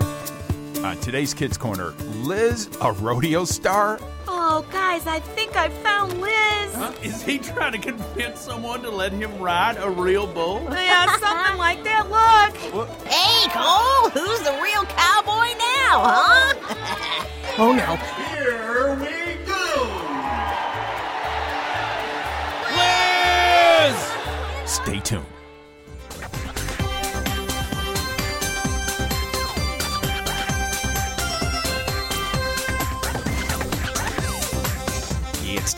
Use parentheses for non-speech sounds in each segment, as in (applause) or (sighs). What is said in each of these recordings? On Uh, today's Kids Corner, Liz, a rodeo star? Oh, guys, I think I found Liz. (laughs) Is he trying to convince someone to let him ride a real bull? Yeah, something like that. Look. Hey, Cole, who's the real cowboy now, huh? oh no. Here we go! Stay tuned. It's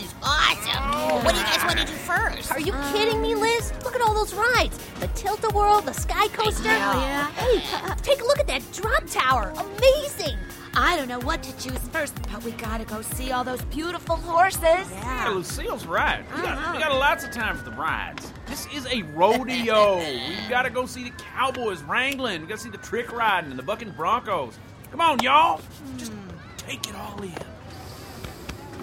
is awesome. What do you guys want to do first? Are you kidding me, Liz? Look at all those rides. The Tilt-A-Whirl, the Sky Coaster. yeah. Hey, uh, take a look at that drop tower. Amazing. I don't know what to choose first, but we gotta go see all those beautiful horses. Yeah, Lucille's right. We got, we got lots of time for the rides. This is a rodeo. we gotta go see the Cowboys wrangling. We gotta see the trick riding and the bucking Broncos. Come on, y'all. Just take it all in.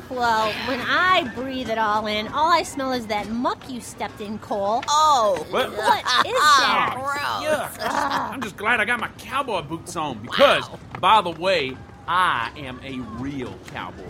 Well, when I breathe it all in, all I smell is that muck you stepped in, Cole. Oh, What? What is that? gross. Yuck. (laughs) I'm just glad I got my cowboy boots on because, by the way, I am a real cowboy.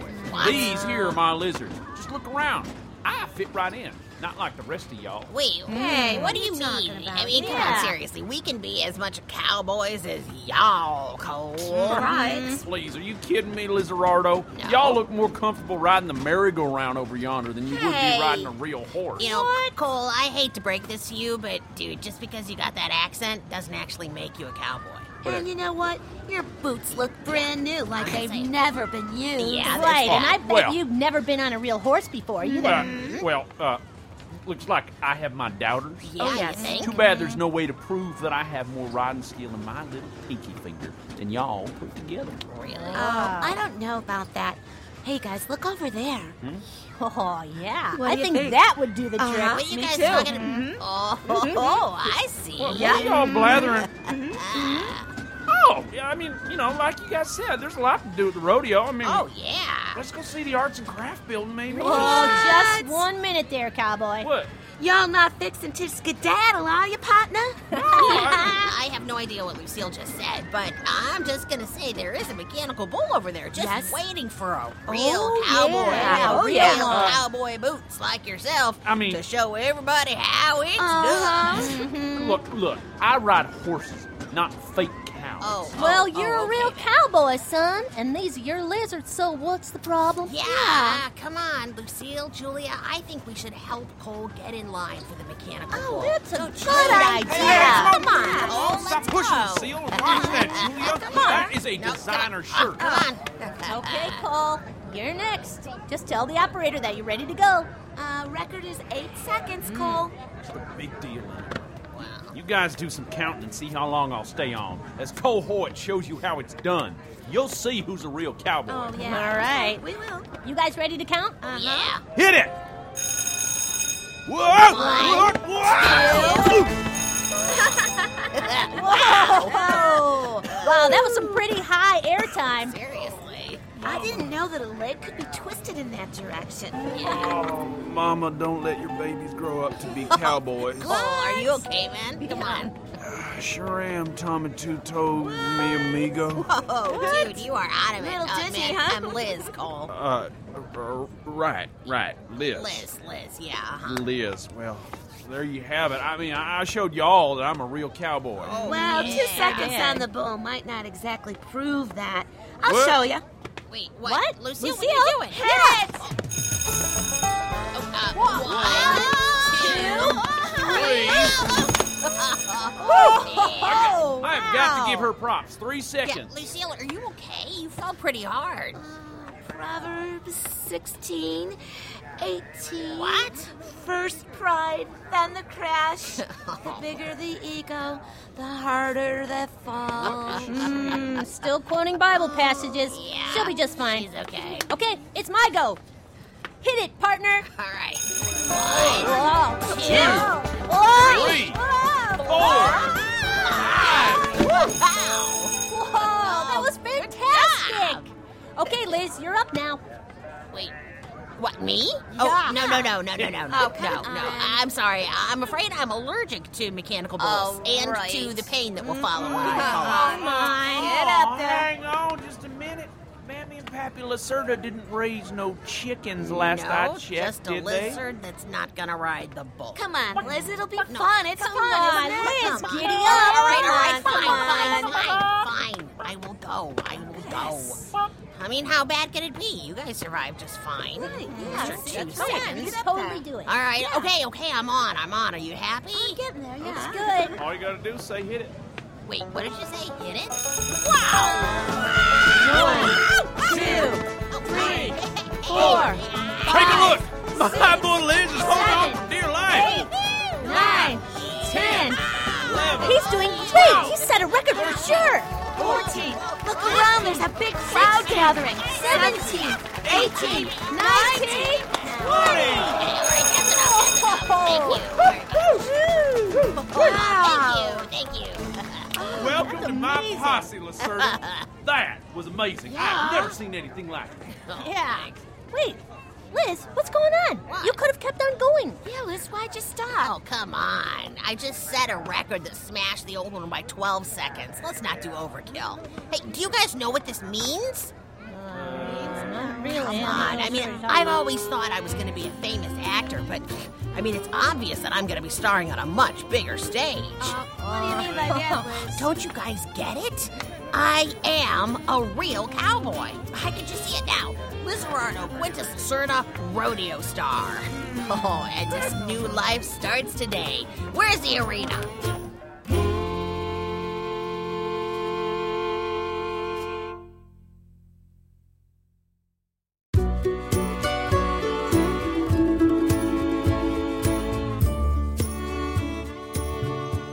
These here are my lizards. Just look around. I fit right in. Not like the rest of y'all. Wait, Hey, what do you what are you talking mean? I Hmm. about? mean, come Yeah. on, seriously. We can be as much cowboys as y'all, Cole. Right. Please, are you kidding me, Lizardo? Y'all look more comfortable riding the merry-go-round over yonder than you would be Hey. riding a real horse. You know, Cole, I hate to break this to you, but dude, just because you got that accent doesn't actually make you a cowboy. And you know what? Your boots look brand new, like they've never been used. Yeah, that's Right, and I bet Well- you've never been on a real horse before. You (laughs) Well, well, uh, looks like I have my doubters. Yeah, Oh, you yes. think? Too bad there's no way to prove that I have more riding skill in my little pinky finger than y'all put together. Really? Uh-huh. Oh, I don't know about that. Hey, guys, look over there. Oh, yeah. What I do you think, think? that would do the Uh-huh. trick. what you me guys too. Mm-hmm. talking about? Oh, oh, oh, I see. What, what are y'all (laughs) blathering? Oh, yeah, I mean, you know, like you guys said, there's a lot to do at the rodeo. I mean, Oh, yeah. let's go see the arts and craft building, maybe. Oh, just one minute there, cowboy. What? Y'all not fixing to skedaddle, are you, partner? (laughs) I have no idea what Lucille just said, but I'm just gonna say there is a mechanical bull over there just Yes. waiting for a real Oh, cowboy. yeah. with Oh, real yeah. cowboy boots like yourself I mean- to show everybody how it's Uh-huh. done. Look, look, I ride horses, not fake cows. Oh, (laughs) Well, oh, you're oh, a real okay. cowboy, son, and these are your lizards, so what's the problem? Yeah, Ah, come on, Lucille, Julia. I think we should help Cole get in line for the mechanical bull. Oh, that's a So good try idea. to- Come on. Oh, Stop let's pushing, go. Lucille. Watch (laughs) that, Julia. That is a No, designer shirt. Come on. Okay, Cole, you're next. Just tell the operator that you're ready to go. Mm. Uh, record is eight seconds, Cole. Big deal. You guys do some counting and see how long I'll stay on. As Cole Hoyt shows you how it's done, you'll see who's a real cowboy. Oh, yeah. All right. We will. Uh-huh. You guys ready to count? Yeah. Hit it! Whoa! What? Oh. Whoa! wow, that was some pretty high air time. Seriously. I didn't know that a leg could be twisted in that direction. Mama, don't let your babies grow up to be cowboys. (laughs) Cole, are you okay, man? Come on. I sure am, Tommy Two Toes, mi amigo. Oh, dude, you are out of it. Little Uh, dizzy, man, huh? I'm Liz Cole. Uh, right, right, Liz. Liz, Liz, yeah. uh-huh. huh Liz. Well, there you have it. I mean, I I showed y'all that I'm a real cowboy. Well, two yeah. seconds on the bull might not exactly prove that. I'll What? show you. Wait, what? What? Lucille, Lucille? what are you doing? Hit Yeah. it! Oh, uh, one, Oh, two, Oh, I've got to give her props. Three three. Yeah, seconds. Lucille, are you okay? You fell pretty hard. Proverbs 16 18. What? First pride, then the crash. the bigger the ego, the harder the fall. Mm, still quoting Bible passages. Yeah, She'll be just fine. she's okay. Okay, it's my go. Hit it, partner. Oh, All right. Whoa. Two, Whoa. three, Whoa. four, Wow. Whoa, Oh, that was fantastic. Okay, Liz, you're up now. Wait. What, me? Oh, no, no, no, no, no, no, no, no, no. I'm sorry. I'm afraid I'm allergic to mechanical Oh, bulls and right. to the pain that will follow when I fall Come on. Get up off. there. Oh, Hang on just a minute. Mammy and Pappy Lacerda didn't raise no chickens last I no, checked, just a did they? lizard that's not gonna ride the bull. Come on, Liz, it'll be fun. It's Come fun. on, isn't it? Liz, Come on. giddy up. All right, all right, Come fine, on, fine, come fine, fine. I will go. I will go. I mean, how bad can it be? You guys survived just fine. yeah, Those are two that's right. on. You cents. can totally do it. All right, okay, okay, I'm on, I'm on. Are you happy? Getting there, yeah. Good. All you gotta do is say hit it. Wait, what did you say? Hit it? Oh, Wow! One, (laughs) two, three, four. Take a look! My boy Liz is holding on for dear life! Nine. Ten. Eleven. He's doing great. He set a record for sure. 14. Look around, there's a big crowd gathering. 17, 18, 19. Wow. Thank you, (laughs) thank you. Welcome to my posse, (laughs) Lacerda. that was amazing. I've never seen anything like it. Yeah. Wait, Liz, what's going on? You could have kept on going. Yeah, Liz, why'd you stop? Oh, come on. I just set a record that smashed the old one by 12 seconds. Let's not do overkill. Hey, do you guys know what this means? Really? Come on. I mean, I've always thought I was going to be a famous actor, but I mean, it's obvious that I'm going to be starring on a much bigger stage. What do you mean by that, Liz? Don't you guys get it? I am a real cowboy. How could you see it now? Lizardo Quintus Lacerda, rodeo star. (laughs) Oh, and this new life starts today. Where's the arena?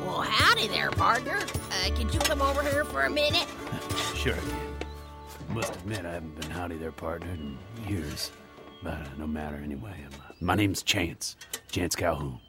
Well, howdy there, partner. Uh, could you come over here for a minute? Sure. Must admit, I haven't been howdy there, partner, in years. But uh, no matter anyway. I'm, uh, my name's Chance. Chance Calhoun.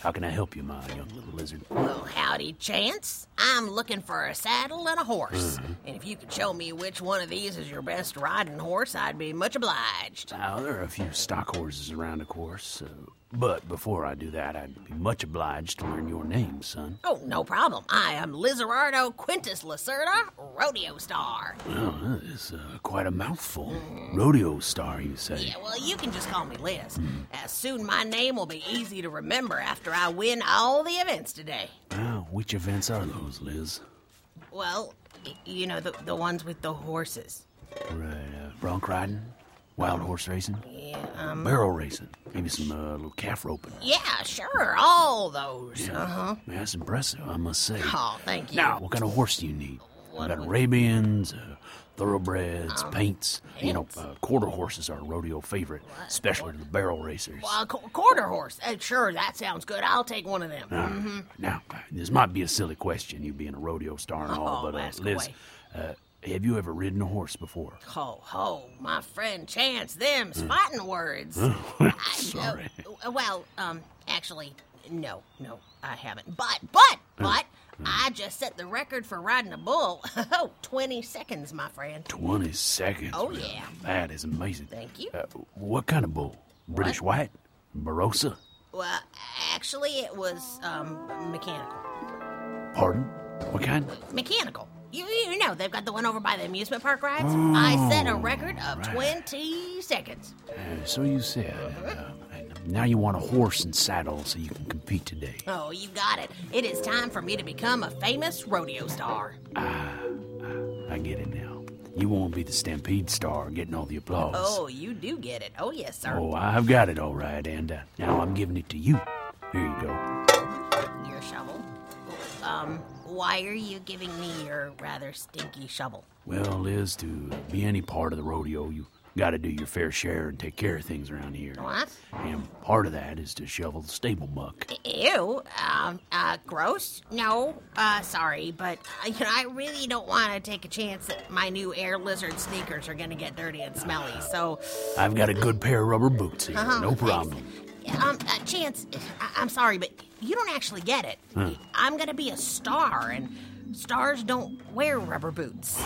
How can I help you, my young little lizard? Well, howdy, Chance. I'm looking for a saddle and a horse. And if you could show me which one of these is your best riding horse, I'd be much obliged. Now, there are a few stock horses around, of course. Uh, but before I do that, I'd be much obliged to learn your name, son. Oh, no problem. I am Lizardo Quintus Lacerda, rodeo star. Oh, that is uh, quite a mouthful. Rodeo star, you say? Yeah, well, you can just call me Liz. Uh, soon my name will be easy to remember after I win all the events today. Ah, which events are those, Liz? Well, y- you know, the, the ones with the horses. Right, uh, bronc riding, wild horse racing, Yeah, um, barrel racing, maybe some uh, little calf roping. yeah, sure, all those. Uh huh. Yeah, that's impressive, I must say. Oh, thank you. Now, what kind of horse do you need? What you got would- Arabians, uh, thoroughbreds, Um, paints. You know, uh, quarter horses are a rodeo favorite, especially the barrel racers. A qu- quarter horse. Uh, sure, that sounds good. I'll take one of them. All right. Mm-hmm. Now, this might be a silly question, you being a rodeo star and all, Oh, but uh, ask Liz, away. uh, have you ever ridden a horse before? Ho, ho, my friend Chance, them's fighting words. I- Sorry. uh, well, um, actually, no, no, I haven't. But, but, but, I just set the record for riding a bull. (laughs) Oh, 20 seconds, my friend. 20 seconds. Oh, really. yeah. That is amazing. Thank you. Uh, what kind of bull? British white? Barossa? Well, actually, it was, um, mechanical. Pardon? What kind? Mechanical. You, you know, they've got the one over by the amusement park rides. I set a record of 20 seconds. Uh, so you said. Uh, and now you want a horse and saddle so you can compete today. Oh, you got it. It is time for me to become a famous rodeo star. I get it now. You won't be the Stampede star getting all the applause. Oh, you do get it. Oh, yes, sir. Oh, I've got it all right, and uh, now I'm giving it to you. Here you go. Your shovel. Um, why are you giving me your rather stinky shovel? Well, Liz, to be any part of the rodeo, you Gotta do your fair share and take care of things around here. What? And part of that is to shovel the stable muck. Ew. Um, uh, gross? No. Uh, sorry, but, uh, you know, I really don't want to take a chance that my new air lizard sneakers are going to get dirty and smelly, so. I've got a good pair of rubber boots here, Uh-huh, no thanks. problem. Um, uh, Chance, I- I'm sorry, but you don't actually get it. Hmm. I'm gonna be a star, and stars don't wear rubber boots.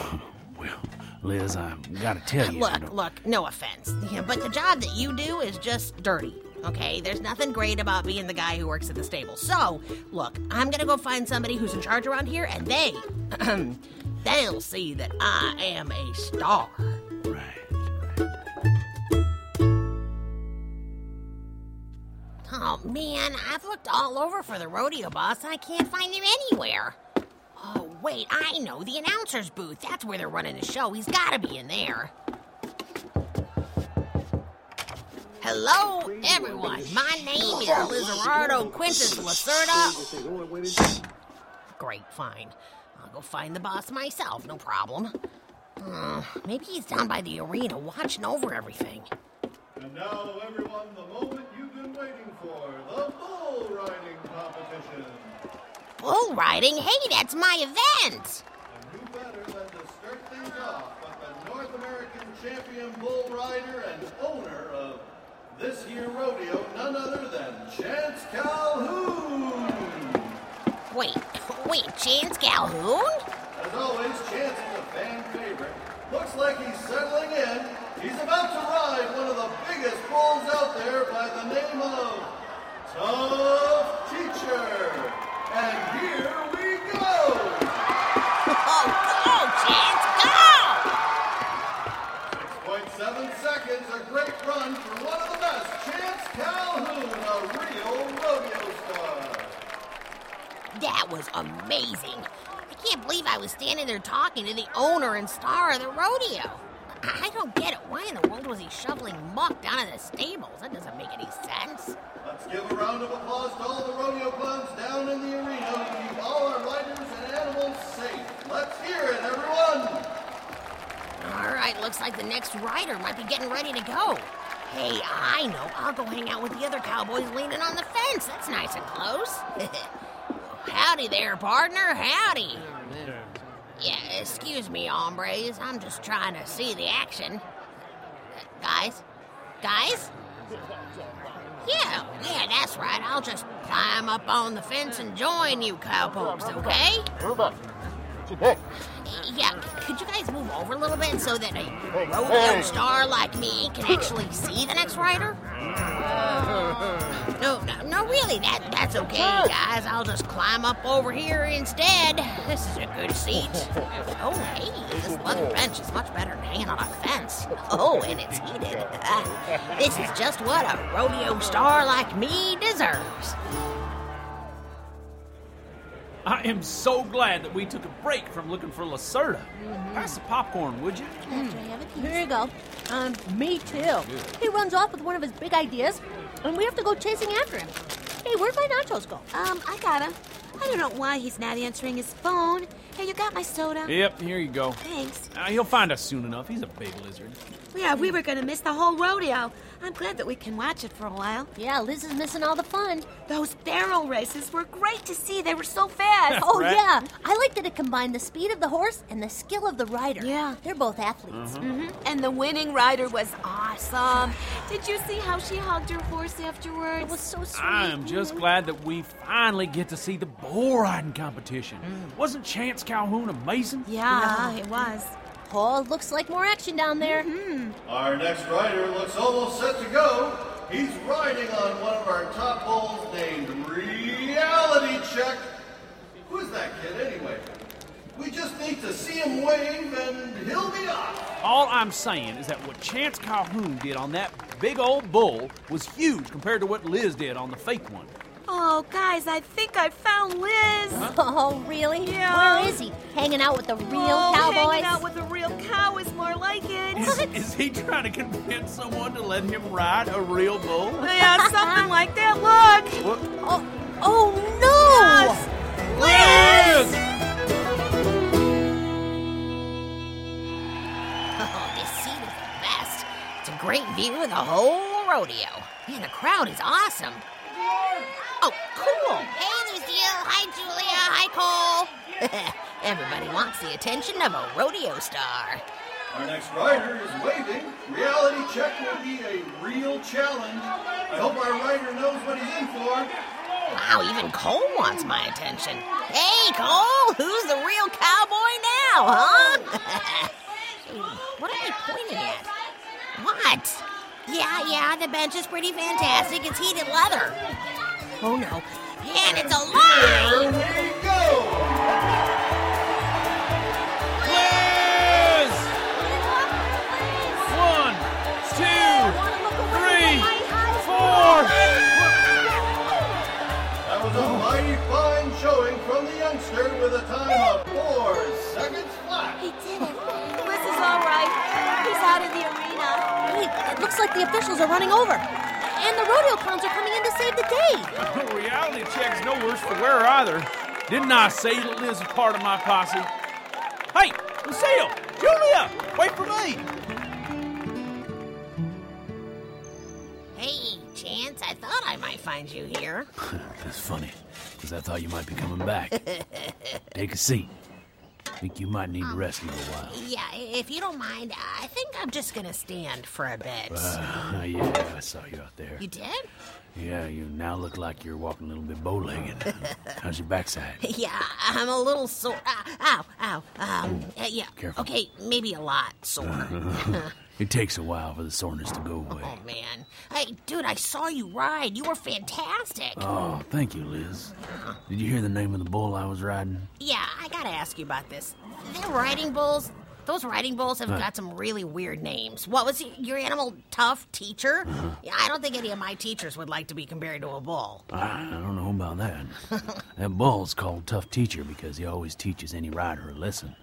Well, Liz, I gotta tell you. I look, don't- look, no offense, yeah, but the job that you do is just dirty. Okay, there's nothing great about being the guy who works at the stable. So, look, I'm gonna go find somebody who's in charge around here, and they, (clears throat) they'll see that I am a star. Right. Oh man, I've looked all over for the rodeo bus and I can't find him anywhere. Oh, wait, I know the announcer's booth. That's where they're running the show. He's gotta be in there. Hello, everyone. My name is Lizardo Quintus Lacerda. Great, fine. I'll go find the boss myself, no problem. Uh, maybe he's down by the arena watching over everything. And now, everyone, the moment you've been waiting for the bull riding competition. Bull riding? Hey, that's my event! And who better than to start things off with the North American champion bull rider and owner of this year rodeo, none other than Chance Calhoun. Wait, wait, Chance Calhoun? As always, Chance is a fan favorite. Looks like he's settling in. He's about to ride one of the biggest bulls out there by the name of Tough Teacher. And here we go! Oh, go, Chance, go! 6.7 seconds, a great run for one of the best, Chance Calhoun, a real rodeo star. That was amazing. I can't believe I was standing there talking to the owner and star of the rodeo. I I don't get it. Why in the world was he shoveling muck down in the stables? That doesn't make any sense. Let's give a round of applause to all the rodeo puns down in the arena to keep all our riders and animals safe. Let's hear it, everyone! All right, looks like the next rider might be getting ready to go. Hey, I know. I'll go hang out with the other cowboys leaning on the fence. That's nice and close. (laughs) Howdy there, partner. Howdy. Yeah, excuse me, hombres. I'm just trying to see the action. Uh, Guys? Guys? Yeah, yeah, that's right. I'll just climb up on the fence and join you cowpokes, okay? Yeah, c- could you guys move over a little bit so that a rodeo star like me can actually see the next rider? No, no, no, really, that that's okay, guys. I'll just climb up over here instead. This is a good seat. Oh, hey, this leather bench is much better than hanging on a fence. Oh, and it's heated. (laughs) Ah, this is just what a rodeo star like me deserves. I am so glad that we took a break from looking for Lacerda. Mm-hmm. Pass the popcorn, would you? After I have a piece. Here you go. Um, me too. He runs off with one of his big ideas, and we have to go chasing after him. Hey, where'd my nachos go? Um, I gotta. I don't know why he's not answering his phone. Hey, you got my soda? Yep, here you go. Thanks. Uh, he'll find us soon enough. He's a big lizard. Yeah, we were gonna miss the whole rodeo. I'm glad that we can watch it for a while. Yeah, Liz is missing all the fun. Those barrel races were great to see. They were so fast. Oh Right. yeah, I like that it combined the speed of the horse and the skill of the rider. Yeah. they're both athletes. And the winning rider was awesome. Did you see how she hugged her horse afterwards? It was so sweet. I am just glad that we finally get to see the bull riding competition. Wasn't Chance Calhoun amazing? yeah, it was. Paul looks like more action down there. Mm-hmm. Our next rider looks almost set to go. He's riding on one of our top bulls named Reality Check. Who's that kid anyway? We just need to see him wave and he'll be off. All I'm saying is that what Chance Calhoun did on that big old bull was huge compared to what Liz did on the fake one. Oh, guys, I think I found Liz. (laughs) Oh really? Yeah. Where is he? Hanging out with the real oh, cowboys. Hanging out with a real cow is more like (laughs) Is, it. is he trying to convince someone to let him ride a real bull? yeah, something like that. Look. oh, oh no! Liz! (laughs) Oh, this seat is the best. It's a great view of the whole rodeo. Man, the crowd is awesome. Oh, cool. Hey, Lucille. Hi, Julia. Hi, Cole. (laughs) Everybody wants the attention of a rodeo star. Our next rider is waving. Reality check will be a real challenge. I hope our rider knows what he's in for. Wow, even Cole wants my attention. Hey, Cole, who's the real cowboy now, huh? (laughs) Hey, what are they pointing at? What? Yeah, yeah, the bench is pretty fantastic. It's heated leather. Oh no. And it's Here alive! we go! Quiz! One, two, three, four. That was a mighty fine showing from the youngster with a time of four seconds flat. He did it. Bliss is all right. He's out of the arena. Wait, it looks like the officials are running over. And the rodeo clowns are coming in to save the day. Reality check's no worse for wear either. Didn't I say that Liz was part of my posse? Hey, Lucille, Julia, wait for me. Hey, Chance, I thought I might find you here. That's funny, because I thought you might be coming back. Take a seat. Think you might need to rest a little while. Yeah, if you don't mind, I think I'm just gonna stand for a bit. Uh, yeah, I saw you out there. You did? Yeah, you now look like you're walking a little bit bow-legged. How's your backside? Yeah, I'm a little sore. Ah, ow, ow. Um, uh, yeah. Careful. Okay, maybe a lot sore. It takes a while for the soreness to go away. oh man. Hey, dude, I saw you ride. You were fantastic. Oh, thank you, Liz. Did you hear the name of the bull I was riding? yeah, I gotta ask you about this. They're riding bulls. Those riding bulls have got some really weird names. What was y- your animal? Tough teacher? Yeah, I don't think any of my teachers would like to be compared to a bull. (laughs) I I don't know about that. that bull's called Tough Teacher because he always teaches any rider a lesson.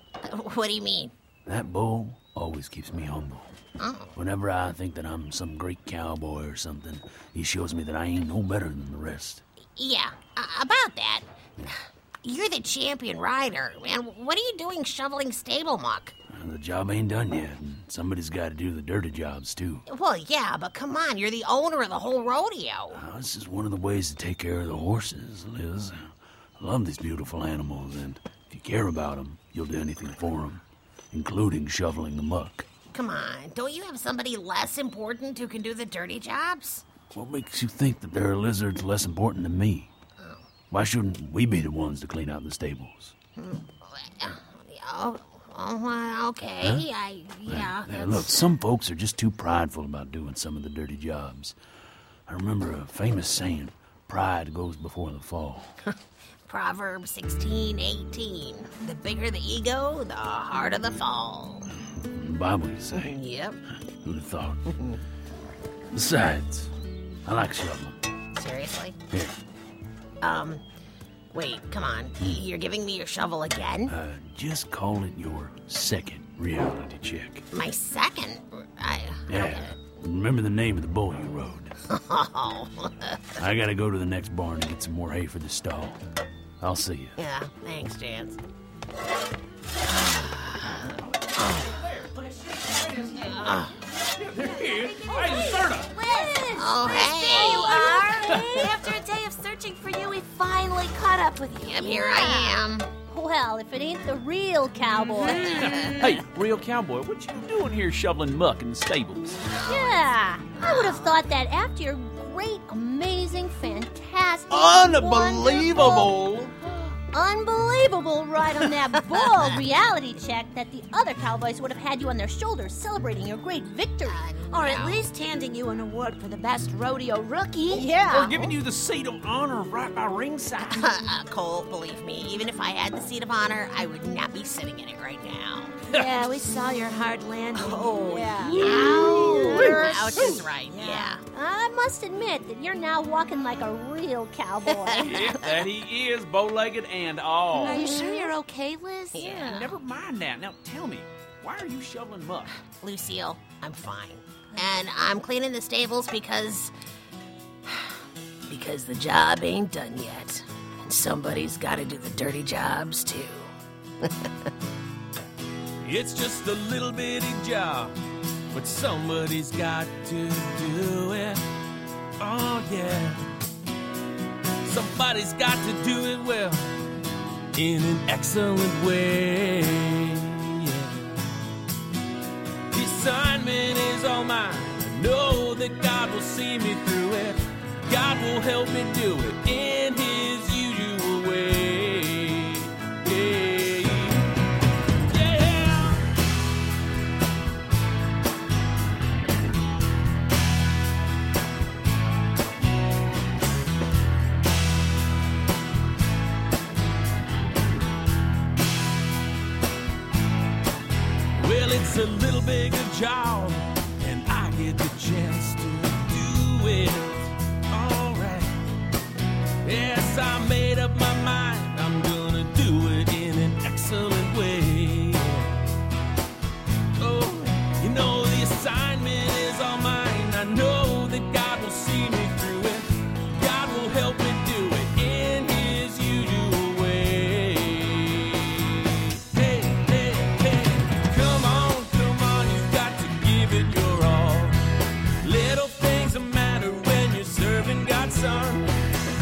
what do you mean? That bull always keeps me humble. Whenever I think that I'm some great cowboy or something, he shows me that I ain't no better than the rest. Yeah, uh, about that. (sighs) You're the champion rider, man. What are you doing shoveling stable muck? And the job ain't done yet, and somebody's got to do the dirty jobs too. Well, yeah, but come on, you're the owner of the whole rodeo. Now, this is one of the ways to take care of the horses, Liz. I love these beautiful animals, and if you care about them, you'll do anything for them, including shoveling the muck. Come on, don't you have somebody less important who can do the dirty jobs? What makes you think that there are lizards less important than me? Why shouldn't we be the ones to clean out the stables? Oh, oh uh, okay, I, yeah. Yeah, look, some folks are just too prideful about doing some of the dirty jobs. I remember a famous saying pride goes before the fall. Proverbs 16, 18. The bigger the ego, the harder the fall. In the Bible, you say. Yep, Who'd have thought? Besides, I like shoveling. seriously. Here, Wait, come on. You're giving me your shovel again? Hmm. uh, just call it your second reality check. My second. I, Yeah. Remember the name of the bull you rode. oh, I gotta go to the next barn and get some more hay for the stall. I'll see you. yeah. Thanks, Chance. Hey, Serta, Oh, hey. (laughs) After a day of searching for you, we finally caught up with you. Yep, here I am. Well, if it ain't the real cowboy. Hey, real cowboy, what you doing here shoveling muck in the stables? Yeah, I would have thought that after your great, amazing, fantastic, Unbelievable! wonderful, unbelievable ride on that bull reality check that the other cowboys would have had you on their shoulders celebrating your great victory. Or at least handing you an award for the best rodeo rookie. (laughs) Yeah. We're giving you the seat of honor right by ringside. Uh, Cole, believe me, even if I had the seat of honor, I would not be sitting in it right now. Yeah, we saw your hard landing. Oh, yeah. Ouch. Ouch is right, yeah. I must admit that you're now walking like a real cowboy. Yep, that he is, bow-legged and all. Are you sure you're okay, Liz? Yeah, never mind that. Now tell me, why are you shoveling muck? Lucille, I'm fine. And I'm cleaning the stables because. (sighs) because the job ain't done yet. And somebody's gotta do the dirty jobs too. It's just a little bitty job But somebody's got to do it. Oh, yeah. Somebody's got to do it well. In an excellent way. yeah. The assignment is all mine. I know that God will see me through it. God will help me do it in His usual way. Yeah. Well, it's a little bigger job, and I get the chance to do it. All right. Yes, I made up my mind. I'm gonna do it in an excellent way. Oh, you know the assignment is all mine. I know that God will see me through it. God will help me do it in His usual way. Hey, hey, hey. Come on, come on, you've got to give it your all. Little things that matter when you're serving God's son.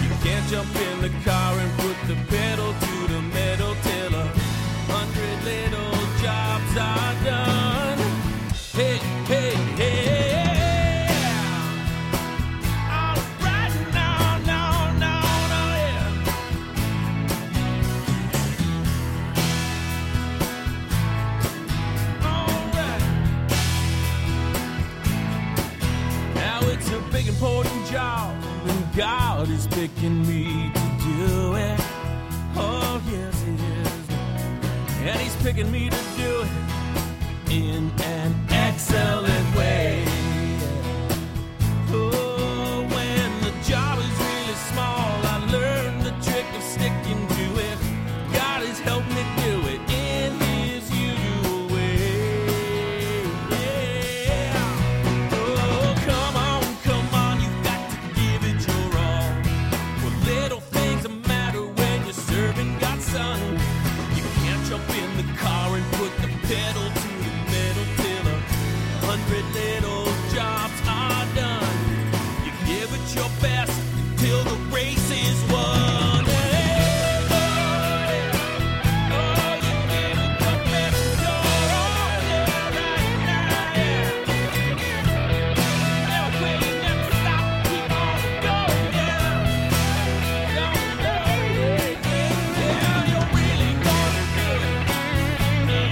You can't jump in the car and put the pedal to the metal till a hundred little jobs are done. Hey, hey, hey. All right, now, now, now, now, yeah. Alright. Now it's a big important job, and God is picking me to do it. Oh yes, He is, and He's picking me to do it in an excellent way. Oh, when the job is really small, I learned the trick of sticking to it. God has helped me do it in His usual way. Yeah. Oh, come on, come on, you've got to give it your all. Well, little things that matter when you're serving God's Son. You can't jump in the car and put the pedal to the metal till a hundred little jobs are done. You give it your best till the race is won. Hey, oh, oh, you give it the best you're all there right now, yeah. No way, never stop, keep on going, yeah. Don't worry, yeah, you're really gonna do it.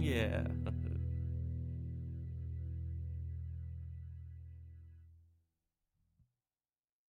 Yeah.